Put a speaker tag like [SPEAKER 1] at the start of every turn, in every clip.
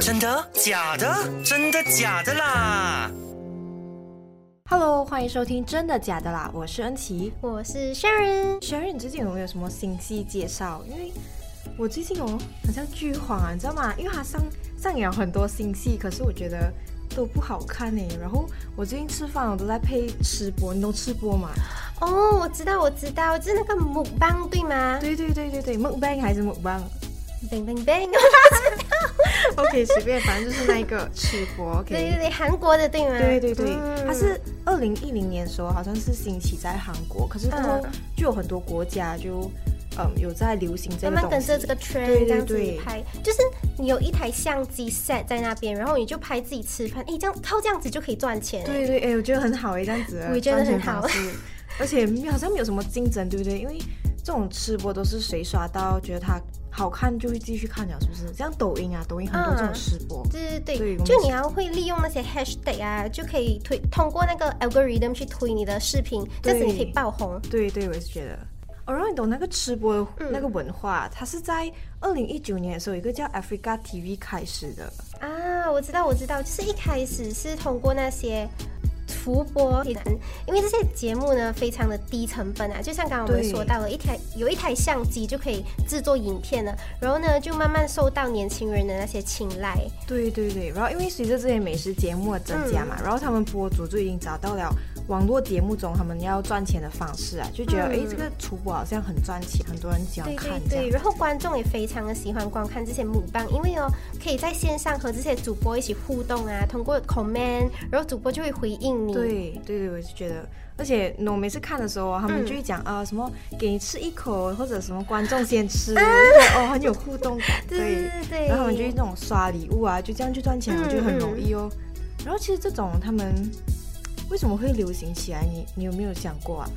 [SPEAKER 1] 真的假的？真的假的啦！
[SPEAKER 2] Hello，欢迎收听《真的假的啦》，我是恩琪。
[SPEAKER 3] 我是 Sharon，
[SPEAKER 2] Sharon，你最近有没有什么信息介绍？因为我最近哦，好像剧荒啊，你知道吗？因为它上上演了很多新戏，可是我觉得都不好看呢。然后我最近吃饭我都在配吃播，你都吃播嘛？
[SPEAKER 3] 哦，我知道，我知道，就是那个木棒对吗？
[SPEAKER 2] 对对对对 对，mukbang 还是 mukbang？OK，
[SPEAKER 3] ，bang bang bang，
[SPEAKER 2] 随便，反正就是那一个吃播。OK，
[SPEAKER 3] 对对对，韩国的对吗？
[SPEAKER 2] 对对对，
[SPEAKER 3] 嗯
[SPEAKER 2] 它是二零一零年的时候好像是兴起在韩国，可是过后
[SPEAKER 3] 嗯
[SPEAKER 2] 就有很多国家就嗯有在流行这
[SPEAKER 3] 慢
[SPEAKER 2] 个东
[SPEAKER 3] 慢跟
[SPEAKER 2] 西
[SPEAKER 3] 着。这个 trend
[SPEAKER 2] 对对
[SPEAKER 3] 这样子
[SPEAKER 2] 对
[SPEAKER 3] 拍，就是你有一台相机 set 在那边，然后你就拍自己吃饭，哎，这样靠这样子就可以赚钱。哎，
[SPEAKER 2] 对对，哎、我觉得很好哎、这样子的
[SPEAKER 3] 我也觉得
[SPEAKER 2] 赚钱
[SPEAKER 3] 很好
[SPEAKER 2] 方式，而且没有好像没有什么竞争，对不对？因为这种吃播都是谁刷到觉得它好看就会继续看了，是不是？像抖音啊，抖音很多这种
[SPEAKER 3] 嗯
[SPEAKER 2] 吃播，
[SPEAKER 3] 对对
[SPEAKER 2] 对
[SPEAKER 3] 对，
[SPEAKER 2] 我们
[SPEAKER 3] 就你要会利用那些 hashtag 啊，就可以推通过那个 algorithm 去推你的视频，这样子你可以爆红。
[SPEAKER 2] 对对，我也是觉得。哦，然后你懂那个吃播的
[SPEAKER 3] 嗯
[SPEAKER 2] 那个文化，它是在二零一九年的时候，有一个叫 Africa TV 开始的。
[SPEAKER 3] 啊，我知道，我知道，就是一开始是通过那些图播，因为这些节目呢非常的低成本啊，就像刚刚我们
[SPEAKER 2] 对
[SPEAKER 3] 说到了，一台有一台相机就可以制作影片了，然后呢就慢慢受到年轻人的那些青睐。
[SPEAKER 2] 对对对，然后因为随着这些美食节目的增加
[SPEAKER 3] 嗯
[SPEAKER 2] 嘛，然后他们博主就已经找到了网络节目中他们要赚钱的方式啊，就觉得
[SPEAKER 3] 嗯
[SPEAKER 2] 诶这个厨播好像很赚钱，很多人喜欢
[SPEAKER 3] 对对
[SPEAKER 2] 看这
[SPEAKER 3] 对，
[SPEAKER 2] 样。
[SPEAKER 3] 然后观众也非常的喜欢观看这些母棒，因为哦，可以在线上和这些主播一起互动啊，通过 comment，然后主播就会回应你。
[SPEAKER 2] 对对对，我就觉得，而且我每次看的时候啊，他们就会讲啊、什么给你吃一口，或者什么观众先吃，就觉得哦很有互动 感，
[SPEAKER 3] 对嗯对对对
[SPEAKER 2] 然后他们就会那种刷礼物啊，就这样去赚钱，我觉得很容易哦。
[SPEAKER 3] 嗯
[SPEAKER 2] 然后其实这种他们为什么会流行起来，你你有没有想过啊？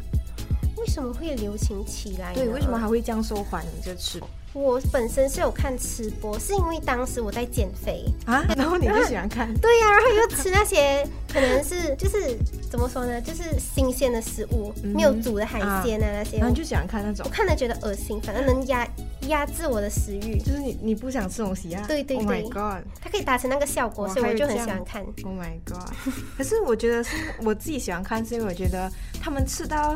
[SPEAKER 3] 为什么会流行起来呢？
[SPEAKER 2] 对，为什么还会这样受欢迎？这吃
[SPEAKER 3] 我本身是有看吃播，是因为当时我在减肥。
[SPEAKER 2] 啊， 然后你就喜欢看，
[SPEAKER 3] 对呀、然后又吃那些可能是就是怎么说呢，就是新鲜的食物，
[SPEAKER 2] 嗯
[SPEAKER 3] 没有煮的海鲜啊那些，
[SPEAKER 2] 然后
[SPEAKER 3] 我
[SPEAKER 2] 你就喜欢看那种
[SPEAKER 3] 我，看了觉得恶心，反正能压压制我的食欲，
[SPEAKER 2] 就是你你不想吃东西啊？
[SPEAKER 3] 对对
[SPEAKER 2] Oh my
[SPEAKER 3] 对
[SPEAKER 2] god！Oh
[SPEAKER 3] 它可以达成那个效果，
[SPEAKER 2] 哇
[SPEAKER 3] 所以
[SPEAKER 2] 还
[SPEAKER 3] 我
[SPEAKER 2] 有
[SPEAKER 3] 就很
[SPEAKER 2] 这样
[SPEAKER 3] 喜欢看。
[SPEAKER 2] my god！可 是我觉得是我自己喜欢看，是因为我觉得他们吃到，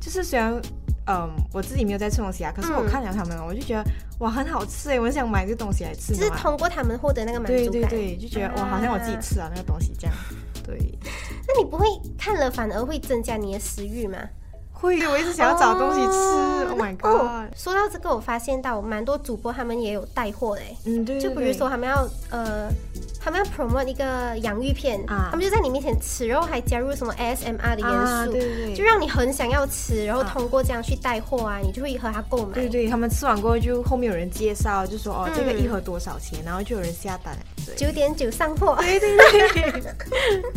[SPEAKER 2] 就是虽然嗯我自己没有在吃东西啊，可是我
[SPEAKER 3] 嗯
[SPEAKER 2] 看了他们，我就觉得哇很好吃哎，我很想买这东西来吃
[SPEAKER 3] 就是
[SPEAKER 2] 嘛。
[SPEAKER 3] 通过他们获得那个满
[SPEAKER 2] 对
[SPEAKER 3] 足
[SPEAKER 2] 对
[SPEAKER 3] 感。
[SPEAKER 2] 对，就觉得哇好像我自己
[SPEAKER 3] 啊
[SPEAKER 2] 吃了那个东西这样。对，
[SPEAKER 3] 那你不会看了反而会增加你的食欲吗？
[SPEAKER 2] 会我一直想要找东西吃。Oh my
[SPEAKER 3] 哦
[SPEAKER 2] god！
[SPEAKER 3] 说到这个，我发现到蛮多主播他们也有带货欸嘞。
[SPEAKER 2] 嗯，对，对
[SPEAKER 3] 就比如
[SPEAKER 2] 对
[SPEAKER 3] 说他们要呃，他们要 promote 一个洋芋片，
[SPEAKER 2] 啊
[SPEAKER 3] 他们就在你面前吃，然后还加入什么 ASMR 的元素，
[SPEAKER 2] 啊，对对对，
[SPEAKER 3] 就让你很想要吃，然后
[SPEAKER 2] 啊
[SPEAKER 3] 通过这样去带货啊，你就会和他购买。
[SPEAKER 2] 对对，他们吃完过后就后面有人介绍，就说哦、
[SPEAKER 3] 嗯
[SPEAKER 2] 这个一盒多少钱，然后就有人下单。对
[SPEAKER 3] 九点九上货，
[SPEAKER 2] 对对对。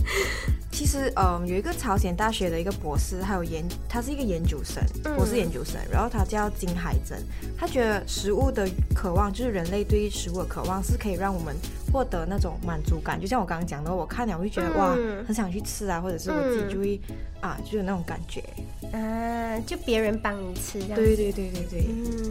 [SPEAKER 2] 其实，嗯，有一个朝鲜大学的一个博士，还有研，他是一个研究生，
[SPEAKER 3] 嗯
[SPEAKER 2] 博士研究生，然后他叫金海珍，他觉得食物的渴望，就是人类对于食物的渴望，是可以让我们获得那种满足感。就像我刚刚讲的，我看了我会觉得、
[SPEAKER 3] 嗯
[SPEAKER 2] 哇，很想去吃啊，或者是我自
[SPEAKER 3] 嗯
[SPEAKER 2] 己就会、啊，就有那种感觉。
[SPEAKER 3] 啊，就别人帮你吃这样。
[SPEAKER 2] 对对对对对，
[SPEAKER 3] 嗯，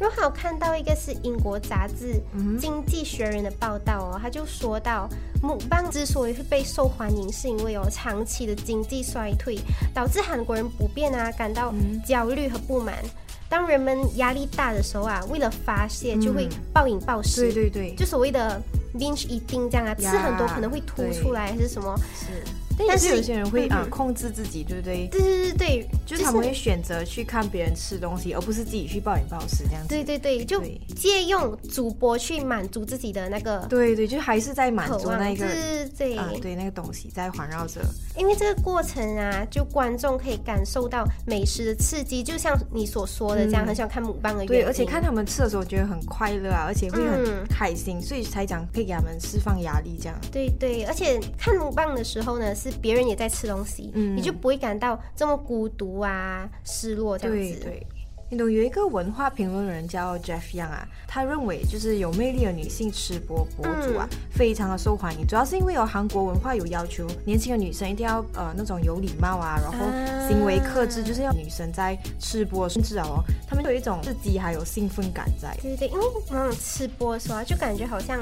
[SPEAKER 3] 然后还有看到一个是英国杂志
[SPEAKER 2] 嗯
[SPEAKER 3] 《经济学人》的报道哦，他就说到，木棒之所以会被受欢迎，是因为哦长期的经济衰退导致韩国人不便啊感到
[SPEAKER 2] 嗯
[SPEAKER 3] 焦虑和不满。当人们压力大的时候啊，为了发泄就会
[SPEAKER 2] 嗯
[SPEAKER 3] 暴饮暴食，
[SPEAKER 2] 对对对，
[SPEAKER 3] 就所谓的 binge eating 这样啊，
[SPEAKER 2] 呀
[SPEAKER 3] 吃很多可能会吐出来还是什么？
[SPEAKER 2] 是。但
[SPEAKER 3] 但
[SPEAKER 2] 是有些人会啊、
[SPEAKER 3] 嗯
[SPEAKER 2] 控制自己，对不对？
[SPEAKER 3] 对对对对，
[SPEAKER 2] 就是他们会选择去看别人吃东西，而不是自己去暴饮暴食这样子。
[SPEAKER 3] 对对对，就
[SPEAKER 2] 对
[SPEAKER 3] 借用主播去满足自己的那个
[SPEAKER 2] 对对，就还是在满
[SPEAKER 3] 渴
[SPEAKER 2] 足
[SPEAKER 3] 望，
[SPEAKER 2] 那个
[SPEAKER 3] 对对
[SPEAKER 2] 啊，对那个东西在环绕着。
[SPEAKER 3] 因为这个过程啊，就观众可以感受到美食的刺激，就像你所说的这样，
[SPEAKER 2] 嗯
[SPEAKER 3] 很喜欢看母棒的原因。
[SPEAKER 2] 对，而且看他们吃的时候，觉得很快乐啊，而且会很
[SPEAKER 3] 嗯
[SPEAKER 2] 开心，所以才讲可以给他们释放压力这样。
[SPEAKER 3] 对对，而且看母棒的时候呢，是别人也在吃东西，
[SPEAKER 2] 嗯
[SPEAKER 3] 你就不会感到这么孤独啊、失落这样
[SPEAKER 2] 对
[SPEAKER 3] 子。
[SPEAKER 2] 对。你懂有一个文化评论人叫 Jeff Young 啊，他认为就是有魅力的女性吃播博主
[SPEAKER 3] 嗯
[SPEAKER 2] 啊，非常的受欢迎，主要是因为有韩国文化有要求，年轻的女生一定要呃那种有礼貌啊，然后
[SPEAKER 3] 啊
[SPEAKER 2] 行为克制，就是要女生在吃播甚至哦，他们有一种刺激还有兴奋感在。
[SPEAKER 3] 对对，因为往往吃播的时候啊，就感觉好像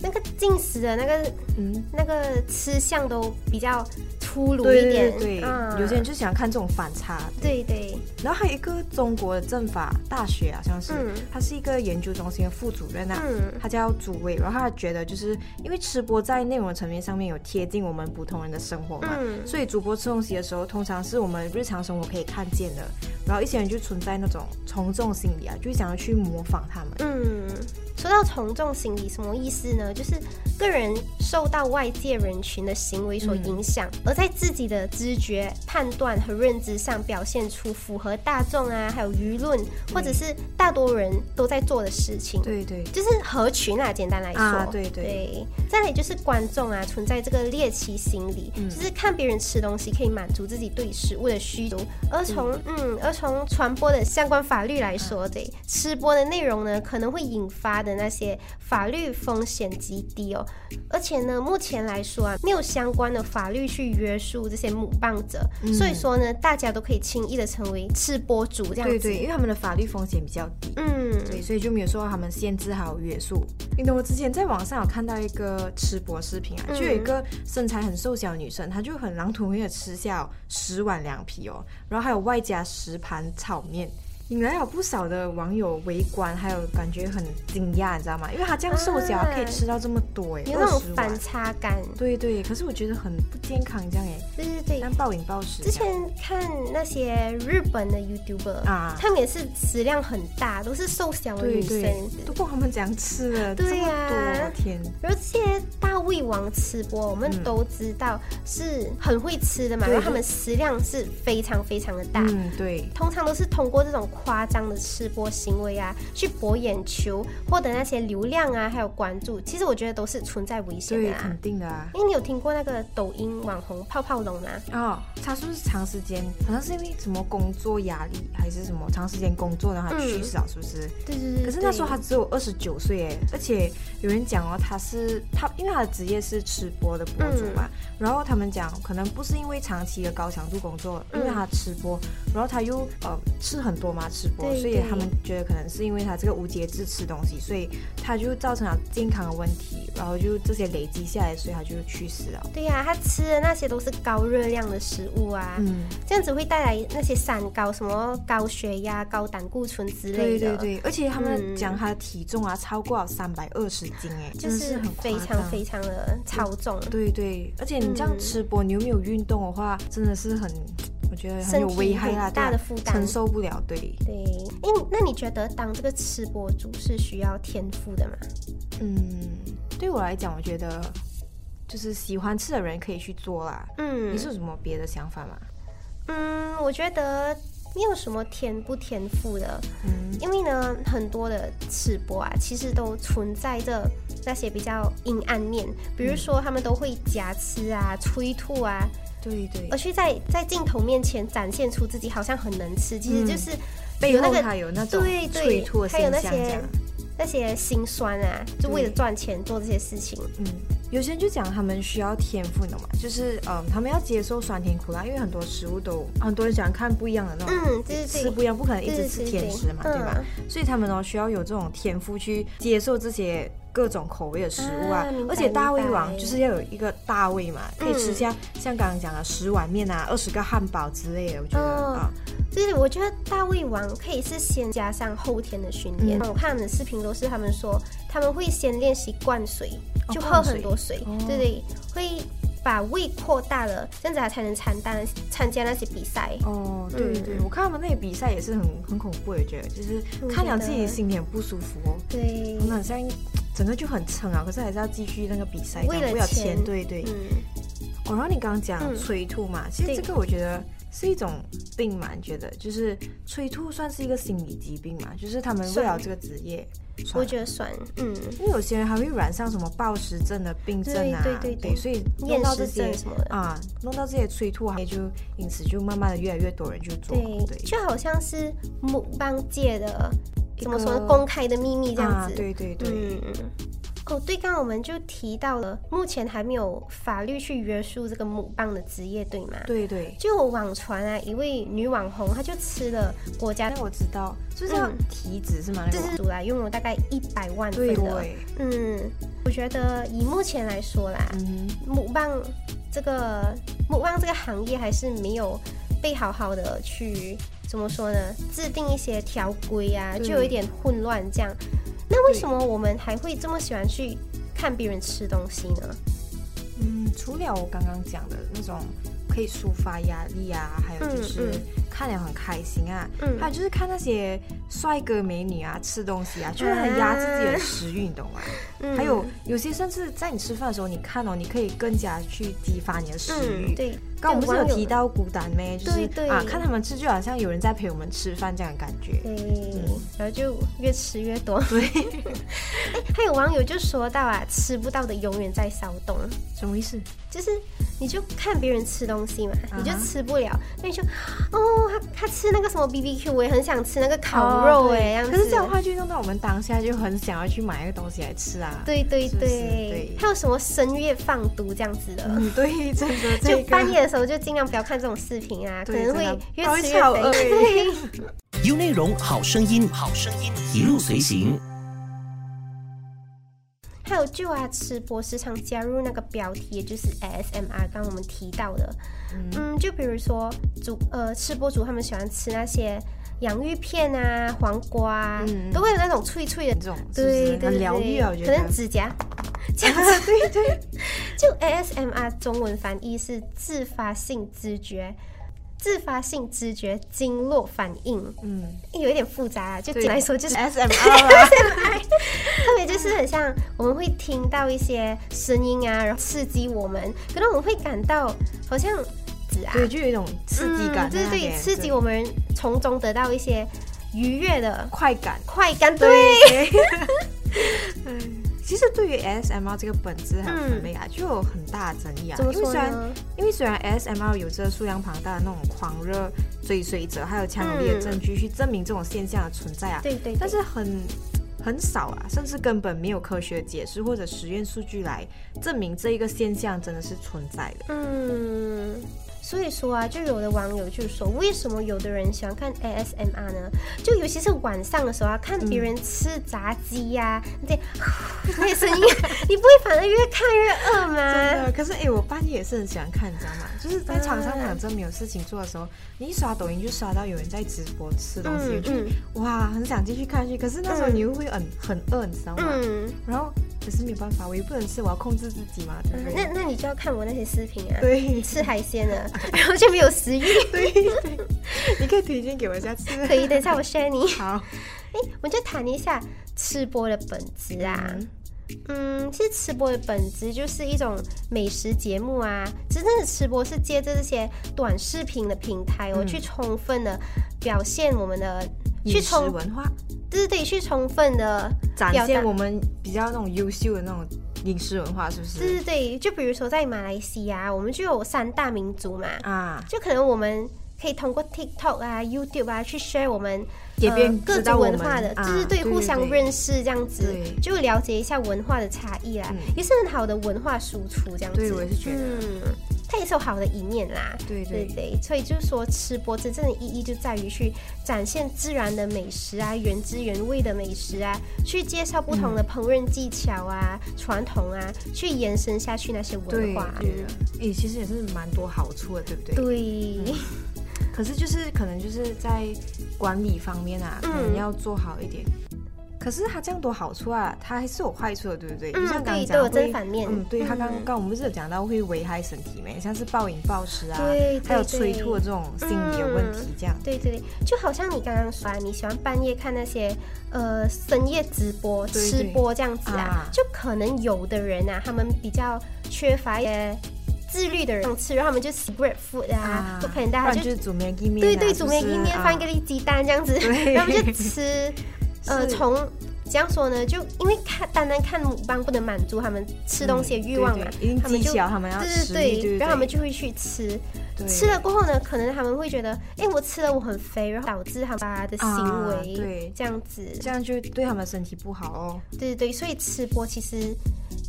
[SPEAKER 3] 那个进食的那个
[SPEAKER 2] 嗯，
[SPEAKER 3] 那个吃相都比较粗鲁
[SPEAKER 2] 对
[SPEAKER 3] 一
[SPEAKER 2] 对
[SPEAKER 3] 点，
[SPEAKER 2] 对，
[SPEAKER 3] 嗯
[SPEAKER 2] 有些人就喜欢看这种反差。
[SPEAKER 3] 对对，
[SPEAKER 2] 然后还有一个中国的政法大学啊好像是，
[SPEAKER 3] 嗯
[SPEAKER 2] 他是一个研究中心的副主任啊，
[SPEAKER 3] 嗯
[SPEAKER 2] 他叫祖伟，然后他觉得就是因为吃播在内容层面上面有贴近我们普通人的生活嘛，
[SPEAKER 3] 嗯
[SPEAKER 2] 所以主播吃东西的时候，通常是我们日常生活可以看见的。然后一些人就存在那种从众心理啊，就想要去模仿他们。
[SPEAKER 3] 嗯。说到从众心理什么意思呢？就是个人受到外界人群的行为所影响，而在自己的知觉、判断和认知上表现出符合大众啊，还有舆论或者是大多人都在做的事情。
[SPEAKER 2] 对对，
[SPEAKER 3] 就是合群啊，简单来说，
[SPEAKER 2] 啊对对
[SPEAKER 3] 再来就是观众啊，存在这个猎奇心理，
[SPEAKER 2] 嗯
[SPEAKER 3] 就是看别人吃东西可以满足自己对食物的需求。而从嗯，而从传播的相关法律来说，
[SPEAKER 2] 嗯
[SPEAKER 3] 对吃播的内容呢，可能会引发的那些法律风险极低哦。而且呢，目前来说啊，没有相关的法律去约束这些母棒者，
[SPEAKER 2] 嗯
[SPEAKER 3] 所以说呢，大家都可以轻易的成为吃播主这样
[SPEAKER 2] 对
[SPEAKER 3] 子。
[SPEAKER 2] 对，因为他们的法律风险比较低。
[SPEAKER 3] 嗯，
[SPEAKER 2] 对，所以就没有受到他们限制还有约束。你懂，我之前在网上有看到一个吃播视频啊，
[SPEAKER 3] 嗯
[SPEAKER 2] 就有一个身材很瘦小的女生，她就很狼吞虎咽的吃下十碗凉皮哦，然后还有外加十盘炒面。引来了不少的网友围观，还有感觉很惊讶，你知道吗？因为她这样瘦小，
[SPEAKER 3] 啊
[SPEAKER 2] 可以吃到这么多哎，
[SPEAKER 3] 嗯有
[SPEAKER 2] 二
[SPEAKER 3] 那种
[SPEAKER 2] 十碗
[SPEAKER 3] 反。差感。
[SPEAKER 2] 对对，可是我觉得很不健康这样哎，
[SPEAKER 3] 对对对
[SPEAKER 2] 但，暴饮暴食这
[SPEAKER 3] 之
[SPEAKER 2] 样。
[SPEAKER 3] 前看那些日本的 YouTuber
[SPEAKER 2] 啊
[SPEAKER 3] 他们也是食量很大，都是瘦小的
[SPEAKER 2] 对
[SPEAKER 3] 女生。
[SPEAKER 2] 对，都不知道他们怎样吃的，这
[SPEAKER 3] 对
[SPEAKER 2] 么
[SPEAKER 3] 啊
[SPEAKER 2] 多，我天！
[SPEAKER 3] 而这些大胃王吃播，我们
[SPEAKER 2] 嗯
[SPEAKER 3] 都知道是很会吃的嘛，
[SPEAKER 2] 对
[SPEAKER 3] 然后他
[SPEAKER 2] 对
[SPEAKER 3] 们食量是非常非常的大。
[SPEAKER 2] 嗯，对，
[SPEAKER 3] 通常都是通过这种夸张的吃播行为啊，去博眼球，获得那些流量啊，还有关注。其实我觉得都是存在危险
[SPEAKER 2] 对，
[SPEAKER 3] 的啊
[SPEAKER 2] 肯。定的啊。
[SPEAKER 3] 因为你有听过那个抖音网红泡泡龙吗？
[SPEAKER 2] 哦，他是不是长时间？好像是因为什么工作压力，还是什么长时间工作，然后他去世了，啊是不是？
[SPEAKER 3] 对对对。
[SPEAKER 2] 可是那时候
[SPEAKER 3] 嗯对
[SPEAKER 2] 他只有二十九岁哎，而且有人讲哦，他是他，因为他的职业是吃播的博主嘛，
[SPEAKER 3] 嗯
[SPEAKER 2] 然后他们讲可能不是因为长期的高强度工作，因为他吃播，然后他又呃吃很多嘛吃播，
[SPEAKER 3] 对
[SPEAKER 2] 所以
[SPEAKER 3] 对
[SPEAKER 2] 他们觉得可能是因为他这个无节制吃东西，所以他就造成了健康的问题，然后就这些累积下来，所以他就去世了。
[SPEAKER 3] 对呀、他吃的那些都是高热量的食物啊，
[SPEAKER 2] 嗯。
[SPEAKER 3] 这样子会带来那些三高，什么高血压、高胆固醇之
[SPEAKER 2] 对
[SPEAKER 3] 类的，
[SPEAKER 2] 对对，而且他们
[SPEAKER 3] 嗯
[SPEAKER 2] 讲他的体重啊、超过了三百二十斤，哎，真
[SPEAKER 3] 就
[SPEAKER 2] 的
[SPEAKER 3] 是
[SPEAKER 2] 很
[SPEAKER 3] 非
[SPEAKER 2] 夸
[SPEAKER 3] 常
[SPEAKER 2] 张
[SPEAKER 3] 非常的超重，
[SPEAKER 2] 对对，而且你这样
[SPEAKER 3] 嗯
[SPEAKER 2] 吃播，你又没有运动的话，真的是很，我觉得很
[SPEAKER 3] 身
[SPEAKER 2] 有
[SPEAKER 3] 体
[SPEAKER 2] 危害啦，
[SPEAKER 3] 很
[SPEAKER 2] 对
[SPEAKER 3] 大
[SPEAKER 2] 啊
[SPEAKER 3] 的负担
[SPEAKER 2] 承受不了。对，
[SPEAKER 3] 对，哎，那你觉得当这个吃播主是需要天赋的吗？
[SPEAKER 2] 嗯，对我来讲，我觉得就是喜欢吃的人可以去做啦。
[SPEAKER 3] 嗯
[SPEAKER 2] 你是有什么别的想法吗？
[SPEAKER 3] 嗯，我觉得没有什么天不天赋的，
[SPEAKER 2] 嗯
[SPEAKER 3] 因为呢，很多的吃播啊，其实都存在着那些比较阴暗面，比
[SPEAKER 2] 嗯
[SPEAKER 3] 如说他们都会夹吃啊、催吐啊，
[SPEAKER 2] 对对
[SPEAKER 3] 而，去在在镜头面前展现出自己好像很能吃，其实就是
[SPEAKER 2] 背
[SPEAKER 3] 有那
[SPEAKER 2] 嗯后
[SPEAKER 3] 个
[SPEAKER 2] 它有那种
[SPEAKER 3] 对对
[SPEAKER 2] 脆脱的
[SPEAKER 3] 还有
[SPEAKER 2] 现
[SPEAKER 3] 那
[SPEAKER 2] 象，这
[SPEAKER 3] 些
[SPEAKER 2] 样。
[SPEAKER 3] 那些心酸啊，就为了
[SPEAKER 2] 对
[SPEAKER 3] 赚钱做这些事情。
[SPEAKER 2] 嗯，有些人就讲他们需要天赋，你懂吗？就是嗯，他们要接受酸甜苦辣，因为很多食物都很多人喜欢看不一样的那种，
[SPEAKER 3] 嗯，对对
[SPEAKER 2] 吃
[SPEAKER 3] 对，
[SPEAKER 2] 不一样，不可能一
[SPEAKER 3] 对
[SPEAKER 2] 直
[SPEAKER 3] 对
[SPEAKER 2] 吃
[SPEAKER 3] 对
[SPEAKER 2] 甜
[SPEAKER 3] 对
[SPEAKER 2] 食嘛，
[SPEAKER 3] 嗯
[SPEAKER 2] 对吧？所以他们呢需要有这种天赋去接受这些各种口味的食物啊，
[SPEAKER 3] 啊明白
[SPEAKER 2] 而且大胃王
[SPEAKER 3] 明白嗯
[SPEAKER 2] 就是要有一个大胃嘛，可以吃下像刚刚讲的十碗面啊、二十个汉堡之类的，我觉得
[SPEAKER 3] 哦
[SPEAKER 2] 啊、
[SPEAKER 3] 就是我觉得大胃王可以是先加上后天的训练。哦
[SPEAKER 2] 嗯
[SPEAKER 3] 我看他们的视频都是他们说他们会先练习灌水，
[SPEAKER 2] 哦
[SPEAKER 3] 就喝
[SPEAKER 2] 灌水
[SPEAKER 3] 很多水，
[SPEAKER 2] 哦
[SPEAKER 3] 对对，会把胃扩大了，这样子他才能参单参加那些比赛。
[SPEAKER 2] 哦，对
[SPEAKER 3] 嗯
[SPEAKER 2] 对，我看他们那个比赛也是很很恐怖，我觉得就是看了自己心里很不舒服哦。
[SPEAKER 3] 对，
[SPEAKER 2] 我们好像整个就很撑啊，可是还是要继续那个比赛，这样
[SPEAKER 3] 为了
[SPEAKER 2] 为了
[SPEAKER 3] 钱
[SPEAKER 2] 钱，对对。
[SPEAKER 3] 嗯，
[SPEAKER 2] 哦，然后你刚刚讲
[SPEAKER 3] 嗯
[SPEAKER 2] 催吐嘛，其实
[SPEAKER 3] 对
[SPEAKER 2] 这个我觉得是一种病嘛，你觉得就是催吐算是一个心理疾病嘛，就是他们为
[SPEAKER 3] 算
[SPEAKER 2] 了这个职业，
[SPEAKER 3] 我
[SPEAKER 2] 算
[SPEAKER 3] 觉得算，嗯，
[SPEAKER 2] 因为有些人还会染上什么暴食症的病症啊，
[SPEAKER 3] 对对对对
[SPEAKER 2] 所以弄
[SPEAKER 3] 厌
[SPEAKER 2] 到这
[SPEAKER 3] 食
[SPEAKER 2] 些
[SPEAKER 3] 症什么的。
[SPEAKER 2] 啊，弄到这些催吐行业就因此就慢慢的越来越多人去做，
[SPEAKER 3] 对，
[SPEAKER 2] 对，
[SPEAKER 3] 就好像是母棒界的
[SPEAKER 2] 一
[SPEAKER 3] 怎么说呢
[SPEAKER 2] 个
[SPEAKER 3] 公开的秘密这样
[SPEAKER 2] 啊
[SPEAKER 3] 子。，
[SPEAKER 2] 对对对，
[SPEAKER 3] 嗯。哦，对，刚刚我们就提到了，目前还没有法律去约束这个母棒的职业，对吗？
[SPEAKER 2] 对对，
[SPEAKER 3] 就有网传啊，一位女网红，她就吃了国家
[SPEAKER 2] 那我知道，就是要
[SPEAKER 3] 嗯
[SPEAKER 2] 体脂是吗？那
[SPEAKER 3] 这
[SPEAKER 2] 个
[SPEAKER 3] 是主来拥有大概一百万份
[SPEAKER 2] 对
[SPEAKER 3] 的。
[SPEAKER 2] 对，
[SPEAKER 3] 嗯，我觉得以目前来说啦，
[SPEAKER 2] 嗯哼，
[SPEAKER 3] 母棒这个母棒这个行业还是没有被好好的去怎么说呢？制定一些条规啊，
[SPEAKER 2] 对
[SPEAKER 3] 就有一点混乱这样。那为
[SPEAKER 2] 对
[SPEAKER 3] 什么我们还会这么喜欢去看别人吃东西呢？
[SPEAKER 2] 嗯，除了我刚刚讲的那种可以抒发压力啊，还有就
[SPEAKER 3] 嗯
[SPEAKER 2] 是
[SPEAKER 3] 嗯
[SPEAKER 2] 看了很开心啊，
[SPEAKER 3] 嗯
[SPEAKER 2] 还有就是看那些帅哥美女啊吃东西啊，就会很压自己的食欲，你懂吗？
[SPEAKER 3] 嗯
[SPEAKER 2] 还有有些甚至在你吃饭的时候，你看哦，你可以更加去激发你的食
[SPEAKER 3] 嗯，
[SPEAKER 2] 欲。
[SPEAKER 3] 对，
[SPEAKER 2] 刚我们不是有
[SPEAKER 3] 网友
[SPEAKER 2] 提到孤单咩？就是
[SPEAKER 3] 对对
[SPEAKER 2] 啊，看他们吃就好像有人在陪我们吃饭这样的感觉。
[SPEAKER 3] 对，然后就越吃越多。对， 哎，还有网友就说到啊，吃不到的永远在骚动，
[SPEAKER 2] 什么意思？
[SPEAKER 3] 就是你就看别人吃东西嘛，
[SPEAKER 2] 啊哈
[SPEAKER 3] 你就吃不了，那你就哦，他他吃那个什么 B B Q，我也很想吃那个烤肉
[SPEAKER 2] 哦对
[SPEAKER 3] 哎、样子
[SPEAKER 2] 可是这样的话就弄到我们当下就很想要去买那个东西来吃啊。，
[SPEAKER 3] 对对
[SPEAKER 2] 是不
[SPEAKER 3] 对，
[SPEAKER 2] 是对
[SPEAKER 3] 还有什么声乐放毒这样子的。
[SPEAKER 2] 嗯，对，真的这
[SPEAKER 3] 就
[SPEAKER 2] 个
[SPEAKER 3] 半夜的时候就尽量不要看这种视频啊，可
[SPEAKER 2] 对
[SPEAKER 3] 能会
[SPEAKER 2] 真的
[SPEAKER 3] 越
[SPEAKER 2] 不然
[SPEAKER 3] 吃
[SPEAKER 2] 会
[SPEAKER 3] 越
[SPEAKER 2] 超
[SPEAKER 3] 肥。
[SPEAKER 2] 饿
[SPEAKER 3] 对，
[SPEAKER 1] 有内容，好声音，好声音，一路随行。
[SPEAKER 3] 还有就啊，吃播时常加入那个标题，也就是 ASMR，刚刚我们提到的，嗯，就比如说主呃吃播主他们喜欢吃那些洋芋片啊、黄瓜、啊，
[SPEAKER 2] 嗯
[SPEAKER 3] 都会有那种脆脆的，
[SPEAKER 2] 这种是不是
[SPEAKER 3] 对对对，
[SPEAKER 2] 很疗愈啊，我觉
[SPEAKER 3] 可
[SPEAKER 2] 得。
[SPEAKER 3] 能 指甲。 这样子，对对，就 ASMR 中文翻译是自发性知觉，自发性知觉经络反应，
[SPEAKER 2] 嗯，
[SPEAKER 3] 有一点复杂啊，就
[SPEAKER 2] 对
[SPEAKER 3] 简单来说就是
[SPEAKER 2] SMR 啊，
[SPEAKER 3] 特别就是很像我们会听到一些声音啊，然后刺激我们，可能我们会感到好像子啊，
[SPEAKER 2] 对，就有一种刺激感在
[SPEAKER 3] 嗯对
[SPEAKER 2] 那边，
[SPEAKER 3] 对，刺激我们从中得到一些愉悦的
[SPEAKER 2] 快感。
[SPEAKER 3] 快感，对，
[SPEAKER 2] 其实对于 ASMR 这个本质还有分类啊，就有很大的争议啊。
[SPEAKER 3] 嗯怎么
[SPEAKER 2] 因为
[SPEAKER 3] 说
[SPEAKER 2] 虽然
[SPEAKER 3] 呢？
[SPEAKER 2] 因为虽然 ASMR 有着数量庞大的那种狂热追随者，还有强有力的
[SPEAKER 3] 嗯
[SPEAKER 2] 证据去证明这种现象的存在啊，
[SPEAKER 3] 对对，对
[SPEAKER 2] 但是很很少啊，甚至根本没有科学解释或者实验数据来证明这一个现象真的是存在的。
[SPEAKER 3] 嗯，所以说啊，就有的网友就说，为什么有的人喜欢看 ASMR 呢？就尤其是晚上的时候啊，看别人吃炸鸡呀、
[SPEAKER 2] 嗯
[SPEAKER 3] 那些那些声 音，啊你不会反而越看越 饿
[SPEAKER 2] 真
[SPEAKER 3] 吗？
[SPEAKER 2] 的，可是哎、我半夜也是很喜欢看，你知道吗？就是在床上躺着没有事情做的时候，你一刷抖音就刷到有人在直播吃东西，我
[SPEAKER 3] 嗯
[SPEAKER 2] 就
[SPEAKER 3] 嗯
[SPEAKER 2] 哇很想继续看下去。可是那时候
[SPEAKER 3] 嗯
[SPEAKER 2] 你又会很很饿，你知道吗？
[SPEAKER 3] 嗯，
[SPEAKER 2] 然后可是没有办法，我也不能吃，我要控制自己嘛，对不
[SPEAKER 3] 那
[SPEAKER 2] 对？
[SPEAKER 3] 那你就要看我那些视频啊，
[SPEAKER 2] 对
[SPEAKER 3] 吃海鲜的，然后就没有食欲。
[SPEAKER 2] 对对，你可以推荐给我一下吃。
[SPEAKER 3] 可以，等一下我 share 你。
[SPEAKER 2] 好，
[SPEAKER 3] 我就谈一下吃播的本质啊。
[SPEAKER 2] 嗯
[SPEAKER 3] 嗯，其实吃播的本质就是一种美食节目啊。真正的吃播是借着这些短视频的平台哦，
[SPEAKER 2] 嗯
[SPEAKER 3] 去充分的表现我们的，去
[SPEAKER 2] 饮食
[SPEAKER 3] 充，
[SPEAKER 2] 文化
[SPEAKER 3] 对对对，去充分的
[SPEAKER 2] 展
[SPEAKER 3] 表达
[SPEAKER 2] 现我们比较那种优秀的那种饮食文化，是不
[SPEAKER 3] 对
[SPEAKER 2] 是？
[SPEAKER 3] 对对，就比如说在马来西亚，我们就有三大民族嘛，
[SPEAKER 2] 啊，
[SPEAKER 3] 就可能我们。可以通过 TikTok 啊、YouTube 啊去 share 我们
[SPEAKER 2] 给别人
[SPEAKER 3] 呃各
[SPEAKER 2] 知道
[SPEAKER 3] 种
[SPEAKER 2] 我
[SPEAKER 3] 文
[SPEAKER 2] 们
[SPEAKER 3] 化的，
[SPEAKER 2] 啊
[SPEAKER 3] 就是对互
[SPEAKER 2] 对
[SPEAKER 3] 相认识这样子
[SPEAKER 2] 对，
[SPEAKER 3] 就了解一下文化的差异啦，
[SPEAKER 2] 嗯
[SPEAKER 3] 也是很好的文化输出这样子。
[SPEAKER 2] 对，我也是觉得，
[SPEAKER 3] 嗯，它也是有好的一面啦。
[SPEAKER 2] 对
[SPEAKER 3] 对
[SPEAKER 2] 对
[SPEAKER 3] 对，所以就是说，吃播真正的意义就在于去展现自然的美食啊，原汁原味的美食啊，去介绍不
[SPEAKER 2] 嗯
[SPEAKER 3] 同的烹饪技巧啊、传统啊，去延伸下去那些文
[SPEAKER 2] 对，
[SPEAKER 3] 化。
[SPEAKER 2] 觉得诶，哎其实也是蛮多好处的，对不对？
[SPEAKER 3] 对，
[SPEAKER 2] 可是就是可能就是在管理方面啊，可
[SPEAKER 3] 嗯
[SPEAKER 2] 能要做好一点。可是它这样多好处啊，它还是有坏处的，对不对？
[SPEAKER 3] 嗯
[SPEAKER 2] 就像刚刚
[SPEAKER 3] 对都
[SPEAKER 2] 讲
[SPEAKER 3] 有
[SPEAKER 2] 会，
[SPEAKER 3] 正反面
[SPEAKER 2] 嗯，对，它刚
[SPEAKER 3] 嗯
[SPEAKER 2] 刚我们不是有讲到会危害身体没？像是暴饮暴食啊，
[SPEAKER 3] 对对
[SPEAKER 2] 还有催吐的这种心理的问题，这样。
[SPEAKER 3] 对对对，就好像你刚刚说啊，你喜欢半夜看那些呃深夜直播、
[SPEAKER 2] 对
[SPEAKER 3] 吃
[SPEAKER 2] 对
[SPEAKER 3] 播这样子
[SPEAKER 2] 啊，
[SPEAKER 3] 啊就可能有的人啊，他们比较缺乏一些自律的人想吃，然后他们就 spread food 啊，就可能大
[SPEAKER 2] 不然
[SPEAKER 3] 家
[SPEAKER 2] 就是煮面意面啊，
[SPEAKER 3] 对对
[SPEAKER 2] 是
[SPEAKER 3] 煮
[SPEAKER 2] 不
[SPEAKER 3] 面
[SPEAKER 2] 是
[SPEAKER 3] 一面
[SPEAKER 2] 啊
[SPEAKER 3] 放一个鸡蛋这样子，
[SPEAKER 2] 对
[SPEAKER 3] 然后就吃呃
[SPEAKER 2] 是
[SPEAKER 3] 从这样说呢，就因为看单单看母棒不能满足他们吃东西的欲望嘛，啊
[SPEAKER 2] 对对一定
[SPEAKER 3] 他们
[SPEAKER 2] 技
[SPEAKER 3] 就
[SPEAKER 2] 巧，他们要实
[SPEAKER 3] 对
[SPEAKER 2] 嗯力，对不对？
[SPEAKER 3] 然后他们就会去吃。
[SPEAKER 2] 对
[SPEAKER 3] 吃了过后呢，可能他们会觉得，哎，我吃了我很肥，然后导致他们的行
[SPEAKER 2] 啊
[SPEAKER 3] 为，
[SPEAKER 2] 对
[SPEAKER 3] 这样子，
[SPEAKER 2] 这样就对他们身体不好哦。
[SPEAKER 3] 对对对，所以吃播其实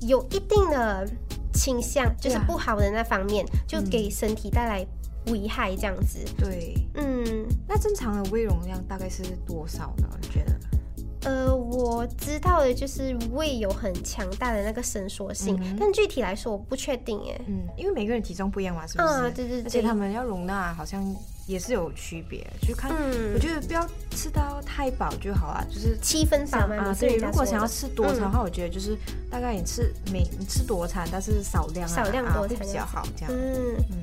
[SPEAKER 3] 有一定的倾向，就
[SPEAKER 2] 对
[SPEAKER 3] 是
[SPEAKER 2] 啊
[SPEAKER 3] 不好的那方面，就给身体带来危害这样子。
[SPEAKER 2] 对，
[SPEAKER 3] 嗯，
[SPEAKER 2] 那正常的胃容量大概是多少呢？你觉得？
[SPEAKER 3] 呃，我知道的就是胃有很强大的那个伸缩性，
[SPEAKER 2] 嗯哼
[SPEAKER 3] 但具体来说我不确定哎。
[SPEAKER 2] 嗯，因为每个人体重不一样嘛，是不是？
[SPEAKER 3] 啊，对对
[SPEAKER 2] 而且
[SPEAKER 3] 对，
[SPEAKER 2] 他们要容纳好像也是有区别，就看。
[SPEAKER 3] 嗯
[SPEAKER 2] 我觉得不要吃到太饱就好啊，就是
[SPEAKER 3] 七分饱嘛，
[SPEAKER 2] 啊
[SPEAKER 3] 你，是
[SPEAKER 2] 对，
[SPEAKER 3] 人家
[SPEAKER 2] 如果
[SPEAKER 3] 说
[SPEAKER 2] 想要
[SPEAKER 3] 的嗯
[SPEAKER 2] 吃多餐的话，我觉得就是大概你吃每你吃多餐，但是少量啊，
[SPEAKER 3] 少量
[SPEAKER 2] 啊会
[SPEAKER 3] 多餐
[SPEAKER 2] 比
[SPEAKER 3] 这
[SPEAKER 2] 较
[SPEAKER 3] 样
[SPEAKER 2] 好，这样。
[SPEAKER 3] 嗯，
[SPEAKER 2] 嗯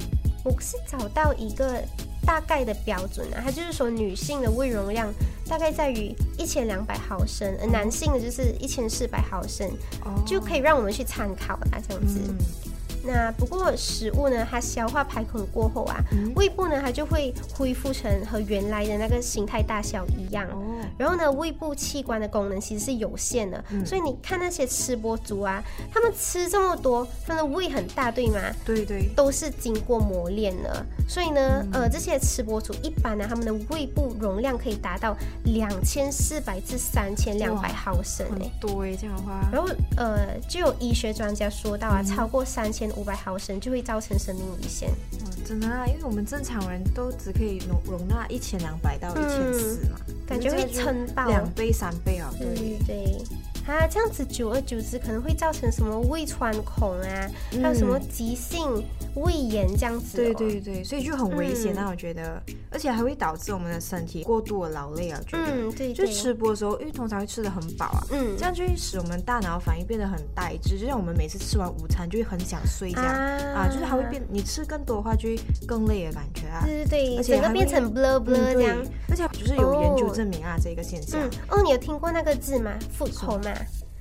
[SPEAKER 3] 我是找到一个大概的标准啊，它就是说女性的胃容量大概在于一千两百毫升，而男性的就是一千四百毫升，
[SPEAKER 2] 哦
[SPEAKER 3] 就可以让我们去参考啦，这样子。
[SPEAKER 2] 嗯
[SPEAKER 3] 那不过食物呢，它消化排空过后啊，
[SPEAKER 2] 嗯
[SPEAKER 3] 胃部呢它就会恢复成和原来的那个形态大小一样。
[SPEAKER 2] 哦，
[SPEAKER 3] 然后呢，胃部器官的功能其实是有限的，
[SPEAKER 2] 嗯
[SPEAKER 3] 所以你看那些吃播族啊，他们吃这么多，他们的胃很大，对吗？
[SPEAKER 2] 对对，
[SPEAKER 3] 都是经过磨练的，所以呢，
[SPEAKER 2] 嗯
[SPEAKER 3] 呃，这些吃播主一般呢，他们的胃部容量可以达到两千四百至三千两
[SPEAKER 2] 哇
[SPEAKER 3] 百毫升
[SPEAKER 2] 很
[SPEAKER 3] 诶。
[SPEAKER 2] 多哦诶，这样的话，
[SPEAKER 3] 然后，呃，就有医学专家说
[SPEAKER 2] 嗯
[SPEAKER 3] 到啊，超过三千五百毫升就会造成生命危险。
[SPEAKER 2] 哇真的啊，因为我们正常人都只可以容容纳一千两百到一千四嘛，
[SPEAKER 3] 嗯感觉
[SPEAKER 2] 可是
[SPEAKER 3] 会
[SPEAKER 2] 这个就
[SPEAKER 3] 撑爆嗯
[SPEAKER 2] 两倍三倍啊，对，
[SPEAKER 3] 对对，啊，这样子久而久之可能会造成什么胃穿孔啊，还有什么急性胃炎这样子、
[SPEAKER 2] 嗯对
[SPEAKER 3] 哦。
[SPEAKER 2] 对对，所以就很危险
[SPEAKER 3] 嗯
[SPEAKER 2] 啊，我觉得，而且还会导致我们的身体过度的劳累啊，我觉得。
[SPEAKER 3] 嗯，对
[SPEAKER 2] 就
[SPEAKER 3] 对，
[SPEAKER 2] 吃播的时候，因为通常会吃的很饱啊，
[SPEAKER 3] 嗯
[SPEAKER 2] 这样就会使我们大脑反应变得很呆滞，就像我们每次吃完午餐就会很想睡这样啊
[SPEAKER 3] 啊
[SPEAKER 2] 就是还会变，你吃更多的话就会更累的感觉啊。
[SPEAKER 3] 对对
[SPEAKER 2] 而
[SPEAKER 3] 对，
[SPEAKER 2] 且
[SPEAKER 3] 嗯整个
[SPEAKER 2] 还
[SPEAKER 3] 变
[SPEAKER 2] 会
[SPEAKER 3] 成 blur
[SPEAKER 2] 嗯，
[SPEAKER 3] blur 这
[SPEAKER 2] 对
[SPEAKER 3] 样。，
[SPEAKER 2] 而且就是有研究
[SPEAKER 3] 哦
[SPEAKER 2] 证明啊，这个现象
[SPEAKER 3] 嗯，哦，你有听过那个字吗？复口嘛，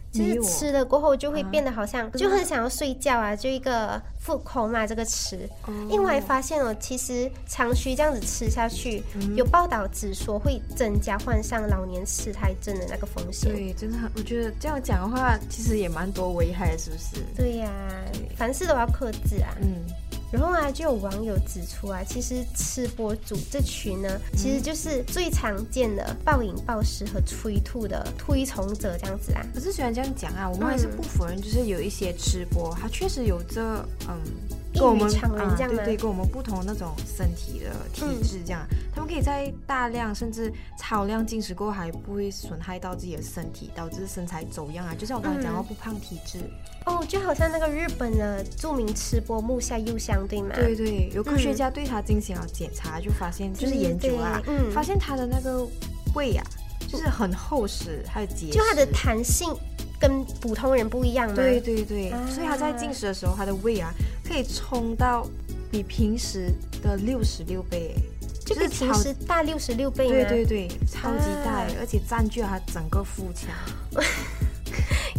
[SPEAKER 3] 就
[SPEAKER 2] 没
[SPEAKER 3] 是
[SPEAKER 2] 有
[SPEAKER 3] 吃了过后就会
[SPEAKER 2] 啊
[SPEAKER 3] 变得好像、就很想要睡觉啊，就一个复口嘛这个词。
[SPEAKER 2] 嗯
[SPEAKER 3] 另外发现哦，其实长期这样子吃下去，
[SPEAKER 2] 嗯
[SPEAKER 3] 有报道指说会增加患上老年痴呆症的那个风险。
[SPEAKER 2] 对，真的很，我觉得这样讲的话，其实也蛮多危害的，是不是？
[SPEAKER 3] 对呀、
[SPEAKER 2] 对
[SPEAKER 3] 凡事都要克制啊。
[SPEAKER 2] 嗯，
[SPEAKER 3] 然后啊，就有网友指出啊，其实吃播主这群呢，
[SPEAKER 2] 嗯
[SPEAKER 3] 其实就是最常见的暴饮暴食和催吐的推崇者这样子啊。
[SPEAKER 2] 可是虽然这样讲啊，我们还
[SPEAKER 3] 嗯
[SPEAKER 2] 是不否认，就是有一些吃播，它确实有着嗯，
[SPEAKER 3] 异于
[SPEAKER 2] 跟我们
[SPEAKER 3] 常人
[SPEAKER 2] 啊，
[SPEAKER 3] 这样
[SPEAKER 2] 对
[SPEAKER 3] 吗
[SPEAKER 2] 对，跟我们不同的那种身体的体质这样，他们可以在大量甚至超量进食过后，还不会损害到自己的身体，导致身材走样啊。就像我刚
[SPEAKER 3] 嗯
[SPEAKER 2] 才讲到不胖体质，
[SPEAKER 3] 哦，就好像那个日本的著名吃播木下佑香，对吗？
[SPEAKER 2] 对对，有科学家对他进行了检查，就发现就是
[SPEAKER 3] 对
[SPEAKER 2] 研究啊，
[SPEAKER 3] 对嗯
[SPEAKER 2] 发现他的那个胃啊，就是很厚实，还有结实，
[SPEAKER 3] 就它的弹性跟普通人不一样嘛。
[SPEAKER 2] 对，对对，
[SPEAKER 3] 啊
[SPEAKER 2] 所以他在进食的时候，他的胃啊可以冲到比平时的六十六倍，
[SPEAKER 3] 就比平时大六十六倍
[SPEAKER 2] 对
[SPEAKER 3] 嘛，
[SPEAKER 2] 对对，超级大
[SPEAKER 3] 啊，
[SPEAKER 2] 而且占据了他整个腹 腔，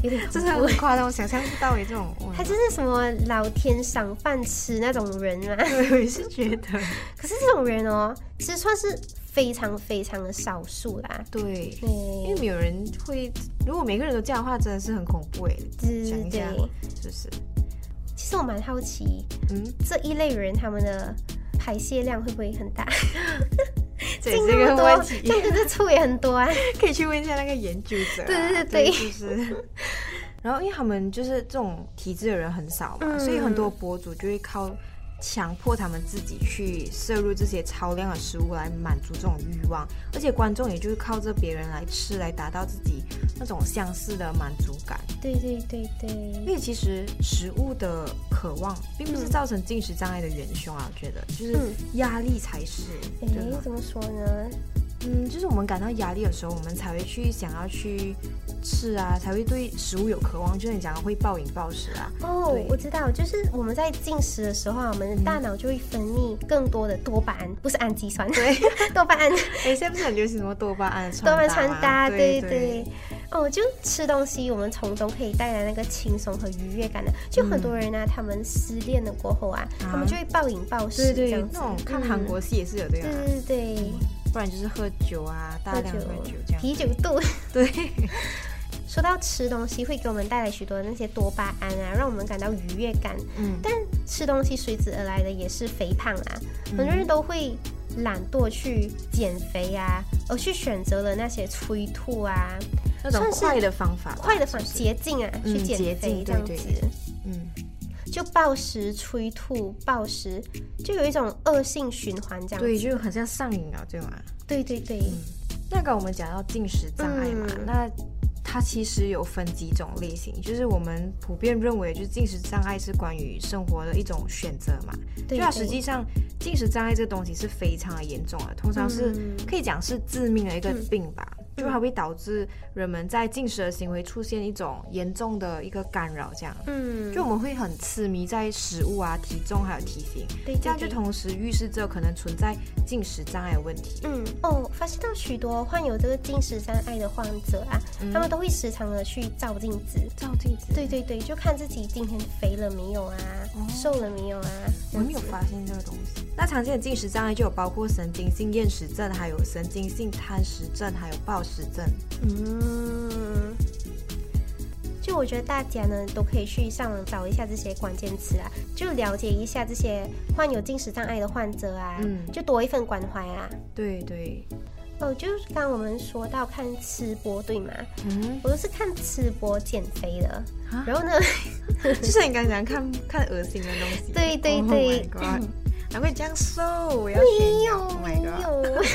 [SPEAKER 3] 有点
[SPEAKER 2] 这
[SPEAKER 3] 恐
[SPEAKER 2] 是
[SPEAKER 3] 怖。
[SPEAKER 2] 很夸张，我想象不到诶，这种， 哇
[SPEAKER 3] 他就是什么老天赏饭吃那种人 嘛，
[SPEAKER 2] 对，我也是觉得，
[SPEAKER 3] 可是这种人哦，其实算是非常非常的少数啦。
[SPEAKER 2] 对，
[SPEAKER 3] 对，
[SPEAKER 2] 因为没有人会，如果每个人都这样的话，真的是很恐怖诶，
[SPEAKER 3] 对
[SPEAKER 2] 想一下
[SPEAKER 3] 对，
[SPEAKER 2] 就是，
[SPEAKER 3] 其实我蛮好奇
[SPEAKER 2] 嗯，
[SPEAKER 3] 这一类人他们的排泄量会不会很大？
[SPEAKER 2] 这
[SPEAKER 3] 进
[SPEAKER 2] 也是
[SPEAKER 3] 那
[SPEAKER 2] 一
[SPEAKER 3] 么
[SPEAKER 2] 个
[SPEAKER 3] 多
[SPEAKER 2] 问，题
[SPEAKER 3] 这，样可是醋也很多 啊。
[SPEAKER 2] 可以去问一下那个研究者啊、
[SPEAKER 3] 对
[SPEAKER 2] 对
[SPEAKER 3] 对对
[SPEAKER 2] 就是。然后，因为他们就是这种体质的人很少嘛，
[SPEAKER 3] 嗯
[SPEAKER 2] 所以很多博主就会靠强迫他们自己去摄入这些超量的食物来满足这种欲望，而且观众也就是靠着别人来吃来达到自己那种相似的满足感。
[SPEAKER 3] 对对对 对。
[SPEAKER 2] 因为其实食物的渴望并不是造成进食障碍的元凶啊，我觉得就是
[SPEAKER 3] 嗯
[SPEAKER 2] 压力才是，
[SPEAKER 3] 哎
[SPEAKER 2] 对啊吧，？
[SPEAKER 3] 怎么说呢？
[SPEAKER 2] 嗯，就是我们感到压力的时候，我们才会去想要去吃啊，才会对食物有渴望。就是你讲的会暴饮暴食啊，
[SPEAKER 3] 哦
[SPEAKER 2] 对，
[SPEAKER 3] 我知道，就是我们在进食的时候啊，我们的大脑就会分泌更多的多巴胺，不是氨基酸，对， 多巴胺，多
[SPEAKER 2] 哎，现在不是很流行什么多巴胺穿
[SPEAKER 3] 巴
[SPEAKER 2] 搭吗
[SPEAKER 3] 胺穿搭，
[SPEAKER 2] 对
[SPEAKER 3] 对对。哦，就吃东西，我们从中可以带来那个轻松和愉悦感的。就很多人呢、啊他们失恋了过嗯后啊，他们就会暴饮暴食
[SPEAKER 2] 对
[SPEAKER 3] 这
[SPEAKER 2] 对
[SPEAKER 3] 样子。
[SPEAKER 2] 那种看韩国戏也是有这样
[SPEAKER 3] 嗯，
[SPEAKER 2] 啊，
[SPEAKER 3] 对对对，
[SPEAKER 2] 不然就是喝酒啊，大
[SPEAKER 3] 喝
[SPEAKER 2] 量喝酒这样。
[SPEAKER 3] 啤酒肚。
[SPEAKER 2] 对，
[SPEAKER 3] 说到吃东西，会给我们带来许多那些多巴胺啊，让我们感到愉悦感。
[SPEAKER 2] 嗯
[SPEAKER 3] 但吃东西随之而来的也是肥胖啊，
[SPEAKER 2] 嗯
[SPEAKER 3] 很多人都会懒惰去减肥啊，而去选择了那些催吐啊、
[SPEAKER 2] 那种
[SPEAKER 3] 算是
[SPEAKER 2] 快的方法吧，
[SPEAKER 3] 快的方
[SPEAKER 2] 是不是
[SPEAKER 3] 捷径啊，去
[SPEAKER 2] 嗯
[SPEAKER 3] 减
[SPEAKER 2] 捷
[SPEAKER 3] 肥
[SPEAKER 2] 径
[SPEAKER 3] 这样子
[SPEAKER 2] 对。对嗯，
[SPEAKER 3] 就暴食、催吐、暴食，就有一种恶性循环这样。
[SPEAKER 2] 对，就很像上瘾啊，对吗？
[SPEAKER 3] 对对对，
[SPEAKER 2] 那个我们讲到进食障碍嘛，
[SPEAKER 3] 嗯
[SPEAKER 2] 那它其实有分几种类型，就是我们普遍认为，就是进食障碍是关于生活的一种选择嘛。
[SPEAKER 3] 对
[SPEAKER 2] 嗯就它
[SPEAKER 3] 对
[SPEAKER 2] 实际上进食障碍这个东西是非常的严重的，通常是、
[SPEAKER 3] 嗯
[SPEAKER 2] 可以讲是致命的一个
[SPEAKER 3] 嗯
[SPEAKER 2] 病吧。就
[SPEAKER 3] 嗯
[SPEAKER 2] 它会导致人们在进食的行为出现一种严重的一个干扰，这样。
[SPEAKER 3] 嗯，
[SPEAKER 2] 就我们会很痴迷在食物啊、体重还有体型，
[SPEAKER 3] 对对
[SPEAKER 2] 这样就
[SPEAKER 3] 对
[SPEAKER 2] 同时预示着可能存在进食障碍的问题。
[SPEAKER 3] 嗯哦，发现到许多患有这个进食障碍的患者啊，
[SPEAKER 2] 嗯
[SPEAKER 3] 他们都会时常的去照镜子。
[SPEAKER 2] 照镜子，
[SPEAKER 3] 对对对，就看自己今天肥了没有啊，
[SPEAKER 2] 哦
[SPEAKER 3] 瘦了没有啊。
[SPEAKER 2] 我没有发现这个东西。那常见的进食障碍就有包括神经性厌食症，还有神经性贪食症，还有暴食症。
[SPEAKER 3] 嗯，就我觉得大家呢都可以去上网找一下这些关键词啊，就了解一下这些患有进食障碍的患者啊，
[SPEAKER 2] 嗯
[SPEAKER 3] 就多一份关怀啊。
[SPEAKER 2] 对对，
[SPEAKER 3] 哦，就是刚刚我们说到看吃播对吗？
[SPEAKER 2] 嗯，
[SPEAKER 3] 我都是看吃播减肥的
[SPEAKER 2] 啊，
[SPEAKER 3] 然后呢，
[SPEAKER 2] 就是你刚才讲看看恶心的东西。
[SPEAKER 3] 对对
[SPEAKER 2] Oh
[SPEAKER 3] 对
[SPEAKER 2] my god，难怪你这样瘦，我要炫耀。Oh my
[SPEAKER 3] 没
[SPEAKER 2] god。
[SPEAKER 3] 有。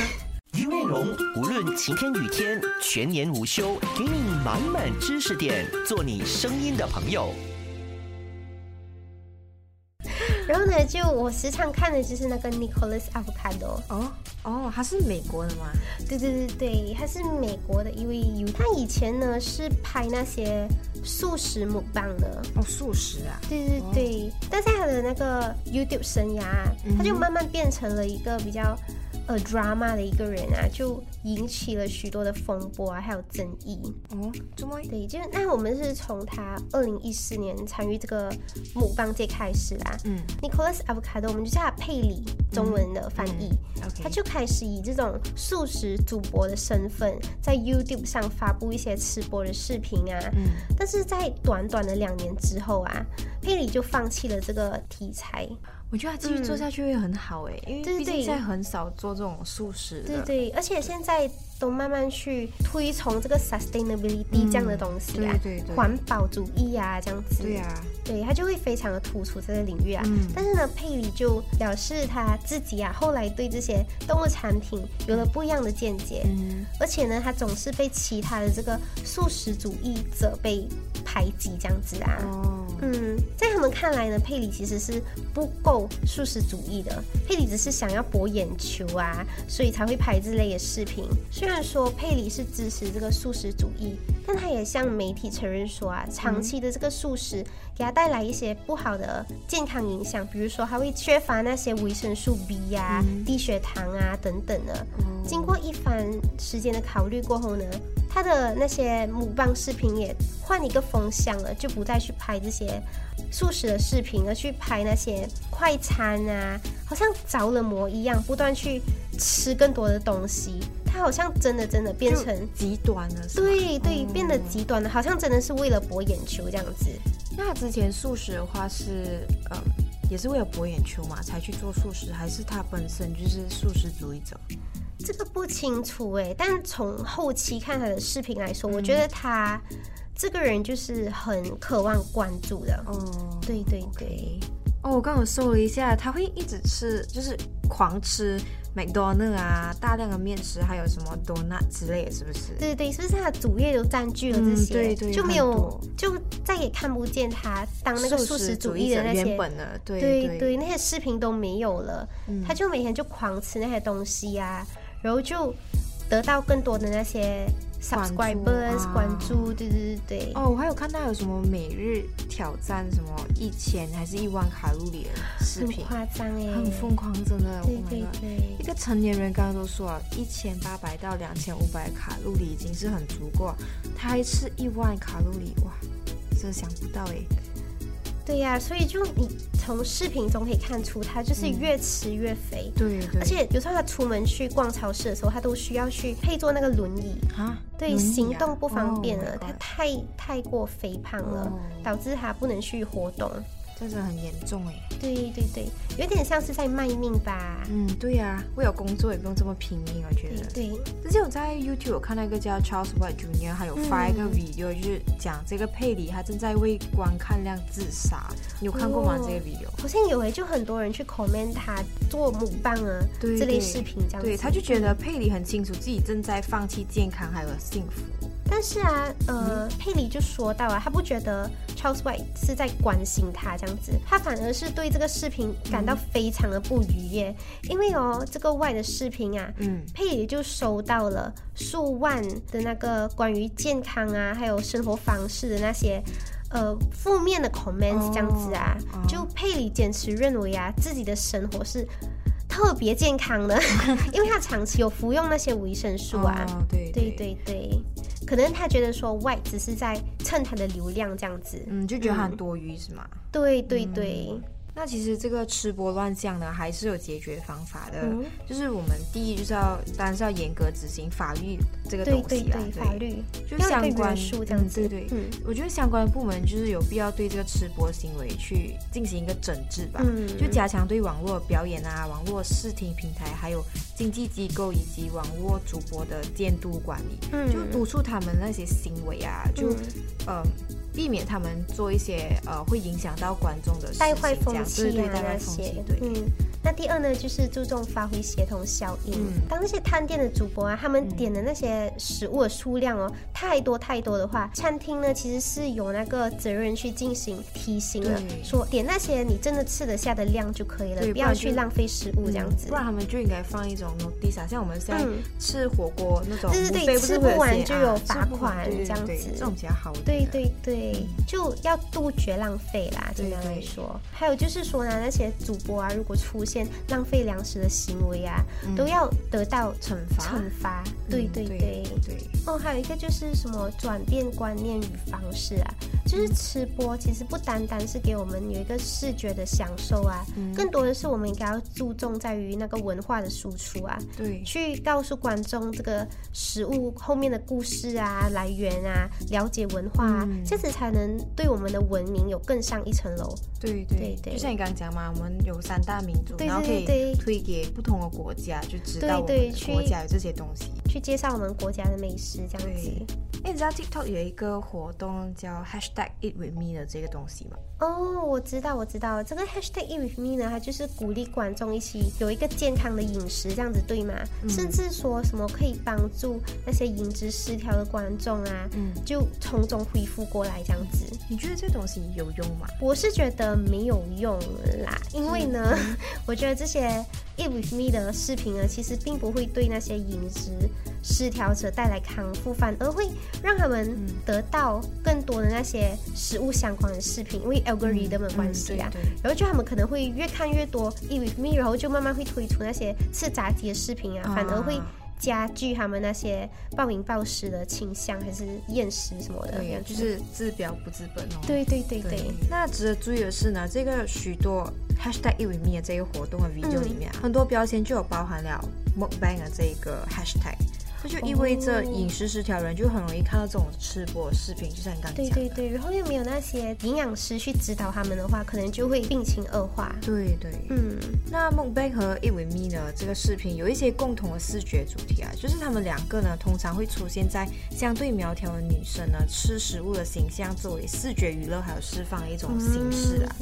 [SPEAKER 1] 听内容无论晴天雨天，全年无休，给你满满知识点，做你声音的朋友。
[SPEAKER 3] 然后呢，就我时常看的就是那个 Nicholas Avocado，
[SPEAKER 2] 哦哦，他是美国的吗？
[SPEAKER 3] 对对对对，他是美国的一位 y 他以前呢是拍那些素食母棒的，
[SPEAKER 2] 哦，素食啊。
[SPEAKER 3] 对对对，但是他的那个 YouTube 生涯啊，他就慢慢变成了一个比较呃 drama 的一个人啊，就引起了许多的风波啊，还有争议。
[SPEAKER 2] 哦，怎么？
[SPEAKER 3] 对，就是那我们是从他二零一四年参与这个母棒界开始啦。
[SPEAKER 2] 嗯
[SPEAKER 3] Nicholas Avocado，我们就叫他佩里，中文的翻
[SPEAKER 2] 嗯
[SPEAKER 3] 译。
[SPEAKER 2] ，OK，
[SPEAKER 3] 嗯他就开始以这种素食主播的身份，在 YouTube 上发布一些吃播的视频啊。
[SPEAKER 2] 嗯
[SPEAKER 3] 但是在短短的两年之后啊，佩里就放弃了这个题材。
[SPEAKER 2] 我觉得他继续做下去会很好哎、因
[SPEAKER 3] 对
[SPEAKER 2] 为毕
[SPEAKER 3] 对
[SPEAKER 2] 竟现在很少做这种素食
[SPEAKER 3] 对
[SPEAKER 2] 的。
[SPEAKER 3] 对，而且现在都慢慢去推崇这个 sustainability
[SPEAKER 2] 嗯
[SPEAKER 3] 这样的东西啊，
[SPEAKER 2] 对对对
[SPEAKER 3] 环保主义啊这样子。
[SPEAKER 2] 对啊，
[SPEAKER 3] 对他就会非常的突出这个领域啊。
[SPEAKER 2] 嗯
[SPEAKER 3] 但是呢，佩里就表示他自己啊，后来对这些动物产品有了不一样的见解，
[SPEAKER 2] 嗯，
[SPEAKER 3] 而且呢，他总是被其他的这个素食主义者被排挤这样子啊。
[SPEAKER 2] 哦，
[SPEAKER 3] 嗯，在他们看来呢，佩里其实是不够素食主义的，佩里只是想要博眼球啊，所以才会拍这类的视频。虽然说佩里是支持这个素食主义，但他也向媒体承认说啊，长期的这个素食给他带来一些不好的健康影响，比如说他会缺乏那些维生素 B 呀、低血糖啊等等的。经过一番时间的考虑过后呢，他的那些母棒视频也换一个风向了，就不再去拍这些素食的视频，而去拍那些快餐啊，好像着了魔一样，不断去吃更多的东西。他好像真的真的变
[SPEAKER 2] 就嗯
[SPEAKER 3] 成。
[SPEAKER 2] 极端了，是吧
[SPEAKER 3] 对对，变得极端了，好像真的是为了博眼球这样子。
[SPEAKER 2] 那他之前素食的话是，呃，也是为了博眼球嘛，才去做素食，还是他本身就是素食主义者？
[SPEAKER 3] 这个不清楚哎、但从后期看他的视频来
[SPEAKER 2] 嗯
[SPEAKER 3] 说，我觉得他这个人就是很渴望关注的。
[SPEAKER 2] 哦，
[SPEAKER 3] 对对对，
[SPEAKER 2] 哦，我刚有搜了一下，他会一直吃，就是狂吃麦当娜啊，大量的面食，还有什么 donut 之类的，是不是？
[SPEAKER 3] 对对，是不是他的主页都占据了这
[SPEAKER 2] 嗯
[SPEAKER 3] 些？
[SPEAKER 2] 对对
[SPEAKER 3] 就没
[SPEAKER 2] 很
[SPEAKER 3] 有
[SPEAKER 2] 多，
[SPEAKER 3] 就再也看不见他当那个素食主义的那些
[SPEAKER 2] 原本的，对嗯
[SPEAKER 3] 对对，那些视频都没有了，他就每天就狂吃那些东西呀、然后就得到更多的那些
[SPEAKER 2] 关注
[SPEAKER 3] subscribers
[SPEAKER 2] 啊
[SPEAKER 3] 关注，对对对对。
[SPEAKER 2] 哦，我还有看到有什么每日挑战什么一千还是一万卡路里的视
[SPEAKER 3] 很
[SPEAKER 2] 频，
[SPEAKER 3] 夸张哎，
[SPEAKER 2] 很疯狂，真的。
[SPEAKER 3] 对
[SPEAKER 2] oh my
[SPEAKER 3] 对
[SPEAKER 2] god
[SPEAKER 3] 对
[SPEAKER 2] 一个成年人刚刚都说了，啊一千八百到两千五百卡路里已经是很足够，啊他还吃一万卡路里，哇，真的想不到哎。
[SPEAKER 3] 对呀、所以就你从视频中可以看出，他就是越吃越肥。
[SPEAKER 2] 对对，
[SPEAKER 3] 而且有时候他出门去逛超市的时候，他都需要去配坐那个轮椅，
[SPEAKER 2] 啊，
[SPEAKER 3] 对，
[SPEAKER 2] 轮椅啊
[SPEAKER 3] 行动不方便了，
[SPEAKER 2] 哦
[SPEAKER 3] 他太太过肥胖了，
[SPEAKER 2] 哦
[SPEAKER 3] 导致他不能去活动。
[SPEAKER 2] 这真的很严重哎。
[SPEAKER 3] 对对对，有点像是在卖命吧。
[SPEAKER 2] 嗯，对呀、为了工作也不用这么拼命，我觉
[SPEAKER 3] 对
[SPEAKER 2] 得。
[SPEAKER 3] 对，
[SPEAKER 2] 之前我在 YouTube 有看到一个叫 Charles White Jr.，他有发一个
[SPEAKER 3] 嗯
[SPEAKER 2] video，、就是讲这个佩里他正在为观看量自杀。你有看过吗？
[SPEAKER 3] 哦
[SPEAKER 2] 这个 video？
[SPEAKER 3] 好像有诶，就很多人去 comment 他做母棒啊
[SPEAKER 2] 对
[SPEAKER 3] 这类
[SPEAKER 2] 对
[SPEAKER 3] 视频这样子。
[SPEAKER 2] 对，他就觉得佩里很清楚自己正在放弃健康还有幸福。
[SPEAKER 3] 但是啊，
[SPEAKER 2] 嗯
[SPEAKER 3] 呃，佩里就说到啊，他不觉得 Charles White 是在关心他这样子，他反而是对这个视频感到非常的不愉悦，因为哦，这个 White 的视频啊，
[SPEAKER 2] 嗯，
[SPEAKER 3] 佩里就收到了数万的那个关于健康啊，还有生活方式的那些。呃，负面的 comments
[SPEAKER 2] 哦
[SPEAKER 3] 这样子啊
[SPEAKER 2] 哦
[SPEAKER 3] 就佩里坚持认为啊，自己的生活是特别健康的， 因为他长期有服用那些维生素啊。
[SPEAKER 2] 哦、对
[SPEAKER 3] 对对对，可能他觉得说 Y 只是在蹭他的流量这样子。
[SPEAKER 2] 嗯，就觉得他很多余、是吗？
[SPEAKER 3] 对对对，
[SPEAKER 2] 那其实这个吃播乱象呢，还是有解决方法的，
[SPEAKER 3] 嗯
[SPEAKER 2] 就是我们第一就是要，当然是要严格执行法律这个
[SPEAKER 3] 对
[SPEAKER 2] 东
[SPEAKER 3] 对
[SPEAKER 2] 西啦，啊
[SPEAKER 3] 对，法律
[SPEAKER 2] 就
[SPEAKER 3] 要有
[SPEAKER 2] 相
[SPEAKER 3] 一个
[SPEAKER 2] 关
[SPEAKER 3] 约束这样
[SPEAKER 2] 嗯
[SPEAKER 3] 子。
[SPEAKER 2] 对对。
[SPEAKER 3] 嗯
[SPEAKER 2] 我觉得相关部门就是有必要对这个吃播行为去进行一个整治吧，
[SPEAKER 3] 嗯
[SPEAKER 2] 就加强对网络表演啊、网络视听平台、还有经纪机构以及网络主播的监督管理，
[SPEAKER 3] 嗯
[SPEAKER 2] 就督促他们那些行为啊，就、
[SPEAKER 3] 嗯
[SPEAKER 2] 呃避免他们做一些呃会影响到观众的事情
[SPEAKER 3] 带坏
[SPEAKER 2] 这
[SPEAKER 3] 风
[SPEAKER 2] 样对
[SPEAKER 3] 气啊
[SPEAKER 2] 对，带坏风
[SPEAKER 3] 那
[SPEAKER 2] 气
[SPEAKER 3] 些，
[SPEAKER 2] 对。
[SPEAKER 3] 嗯。那第二呢，就是注重发挥协同效应。
[SPEAKER 2] 嗯
[SPEAKER 3] 当那些探店的主播啊，他们点的那些食物的数量哦，太多太多的话，餐厅呢其实是有那个责任去进行提醒的，
[SPEAKER 2] 对
[SPEAKER 3] 说点那些你真的吃得下的量就可以了，
[SPEAKER 2] 对
[SPEAKER 3] 不
[SPEAKER 2] 不
[SPEAKER 3] 要
[SPEAKER 2] 然就
[SPEAKER 3] 去浪费食物这样子。
[SPEAKER 2] 嗯不然他们就应该放一种 notice 啊，像我们现在
[SPEAKER 3] 嗯
[SPEAKER 2] 吃火锅那种，
[SPEAKER 3] 对对对
[SPEAKER 2] 无非是会
[SPEAKER 3] 吃不完
[SPEAKER 2] 有些
[SPEAKER 3] 就有
[SPEAKER 2] 啊
[SPEAKER 3] 罚
[SPEAKER 2] 吃不完
[SPEAKER 3] 款
[SPEAKER 2] 对对对
[SPEAKER 3] 这样子
[SPEAKER 2] 这种比较好一
[SPEAKER 3] 对
[SPEAKER 2] 点。
[SPEAKER 3] 对对，就要杜绝浪费啦，
[SPEAKER 2] 对
[SPEAKER 3] 简单来
[SPEAKER 2] 对
[SPEAKER 3] 说。还有就是说呢，那些主播啊，如果出现浪费粮食的行为啊，都要得到
[SPEAKER 2] 惩罚
[SPEAKER 3] 惩罚。对
[SPEAKER 2] 嗯
[SPEAKER 3] 对对。
[SPEAKER 2] 对对，
[SPEAKER 3] 哦，还有一个就是什么转变观念与方式啊，就是吃播其实不单单是给我们有一个视觉的享受啊，更多的是我们应该要注重在于那个文化的输出啊，
[SPEAKER 2] 对
[SPEAKER 3] 去告诉观众这个食物后面的故事啊、来源啊，了解文化啊，
[SPEAKER 2] 嗯
[SPEAKER 3] 这样子才能对我们的文明有更上一层楼。
[SPEAKER 2] 对
[SPEAKER 3] 对
[SPEAKER 2] 对
[SPEAKER 3] 对
[SPEAKER 2] 就像你刚刚讲嘛，我们有三大民族，
[SPEAKER 3] 对
[SPEAKER 2] 然后可
[SPEAKER 3] 对对
[SPEAKER 2] 以推给不同的国家，就知道我
[SPEAKER 3] 对对
[SPEAKER 2] 们
[SPEAKER 3] 去
[SPEAKER 2] 国家有这些东西。
[SPEAKER 3] 去介绍我们国家的美食，这样子
[SPEAKER 2] 对。哎，你知道 TikTok 有一个活动叫 Hashtag Eat With Me 的这个东西吗？
[SPEAKER 3] 哦我知道，我知道，这个 hashtag eat with me 呢，它就是鼓励观众一起有一个健康的饮食，这样子对吗？
[SPEAKER 2] 嗯
[SPEAKER 3] 甚至说什么可以帮助那些饮食失调的观众啊，
[SPEAKER 2] 嗯
[SPEAKER 3] 就从中恢复过来这样子。
[SPEAKER 2] 你觉得这东西有用吗？
[SPEAKER 3] 我是觉得没有用啦，因为呢，
[SPEAKER 2] 嗯
[SPEAKER 3] 我觉得这些 Eat With Me 的视频呢，其实并不会对那些饮食失调者带来康复，反而会让他们得到更多的那些食物相关的视频，因为 algorithm 的关系啊。
[SPEAKER 2] 嗯对对
[SPEAKER 3] 然后就他们可能会越看越多 Eat With Me，然后就慢慢会推出那些吃炸鸡的视频啊，
[SPEAKER 2] 啊
[SPEAKER 3] 反而会加剧他们那些暴饮暴食的倾向，还是厌食什么的。
[SPEAKER 2] 对呀，就是治标不治本哦。
[SPEAKER 3] 对对对对。
[SPEAKER 2] 那值得注意的是呢，这个许多 hashtag eat with me 的这个活动的 video 里面啊、很多标签就有包含了 mukbang 的这个 hashtag。这就意味着饮食失调人就很容易看到这种吃播的视频，就像你刚刚
[SPEAKER 3] 对
[SPEAKER 2] 讲
[SPEAKER 3] 对
[SPEAKER 2] 的。
[SPEAKER 3] 对，然后又没有那些营养师去指导他们的话，可能就会病情恶化。
[SPEAKER 2] 对对
[SPEAKER 3] 嗯，
[SPEAKER 2] 那 mukbang 和 eat with me 呢这个视频有一些共同的视觉主题啊，就是他们两个呢通常会出现在相对苗条的女生呢吃食物的形象作为视觉娱乐还有释放的一种形式啊。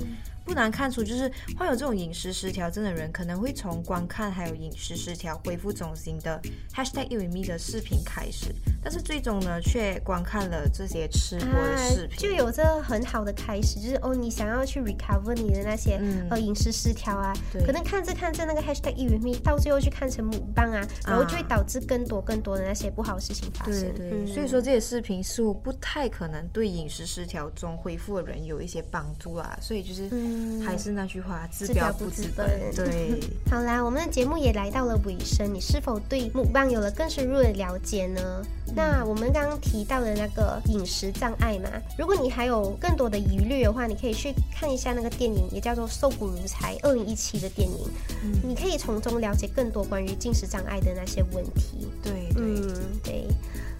[SPEAKER 2] 不难看出，就是患有这种饮食失调症的人，可能会从观看还有饮食失调恢复中心的 hashtag eat with me 的视频开始，但是最终呢，却观看了这些吃播的视频。
[SPEAKER 3] 啊就有哎这很好的开始，就是哦，你想要去 recover 你的那些、
[SPEAKER 2] 嗯
[SPEAKER 3] 呃饮食失调啊，
[SPEAKER 2] 对
[SPEAKER 3] 可能看着看着那个 hashtag 一元密，到最后去看成母棒啊，然后就会
[SPEAKER 2] 啊
[SPEAKER 3] 导致更多更多的那些不好的事情发生。嗯
[SPEAKER 2] 对对，所以说这些视频似乎不太可能对饮食失调中恢复的人有一些帮助啦。所以就是
[SPEAKER 3] 嗯
[SPEAKER 2] 还是那句话，治
[SPEAKER 3] 治
[SPEAKER 2] 标
[SPEAKER 3] 标不
[SPEAKER 2] 治
[SPEAKER 3] 治
[SPEAKER 2] 本。
[SPEAKER 3] 本
[SPEAKER 2] 对，
[SPEAKER 3] 好啦，我们的节目也来到了尾声，你是否对木棒有了更深入的了解呢？那我们刚刚提到的那个饮食障碍嘛，如果你还有更多的疑虑的话，你可以去看一下那个电影，也叫做《瘦骨如柴》，二零一七的电影，你可以从中了解更多关于进食障碍的那些问题。
[SPEAKER 2] 对对，
[SPEAKER 3] 嗯，对，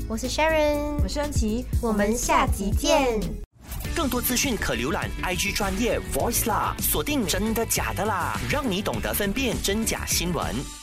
[SPEAKER 3] 我是 Sharon，
[SPEAKER 2] 我是安琪，
[SPEAKER 3] 我们下集见。
[SPEAKER 1] 更多资讯可浏览 IG 专业 Voice 啦，锁定真的假的啦，让你懂得分辨真假新闻。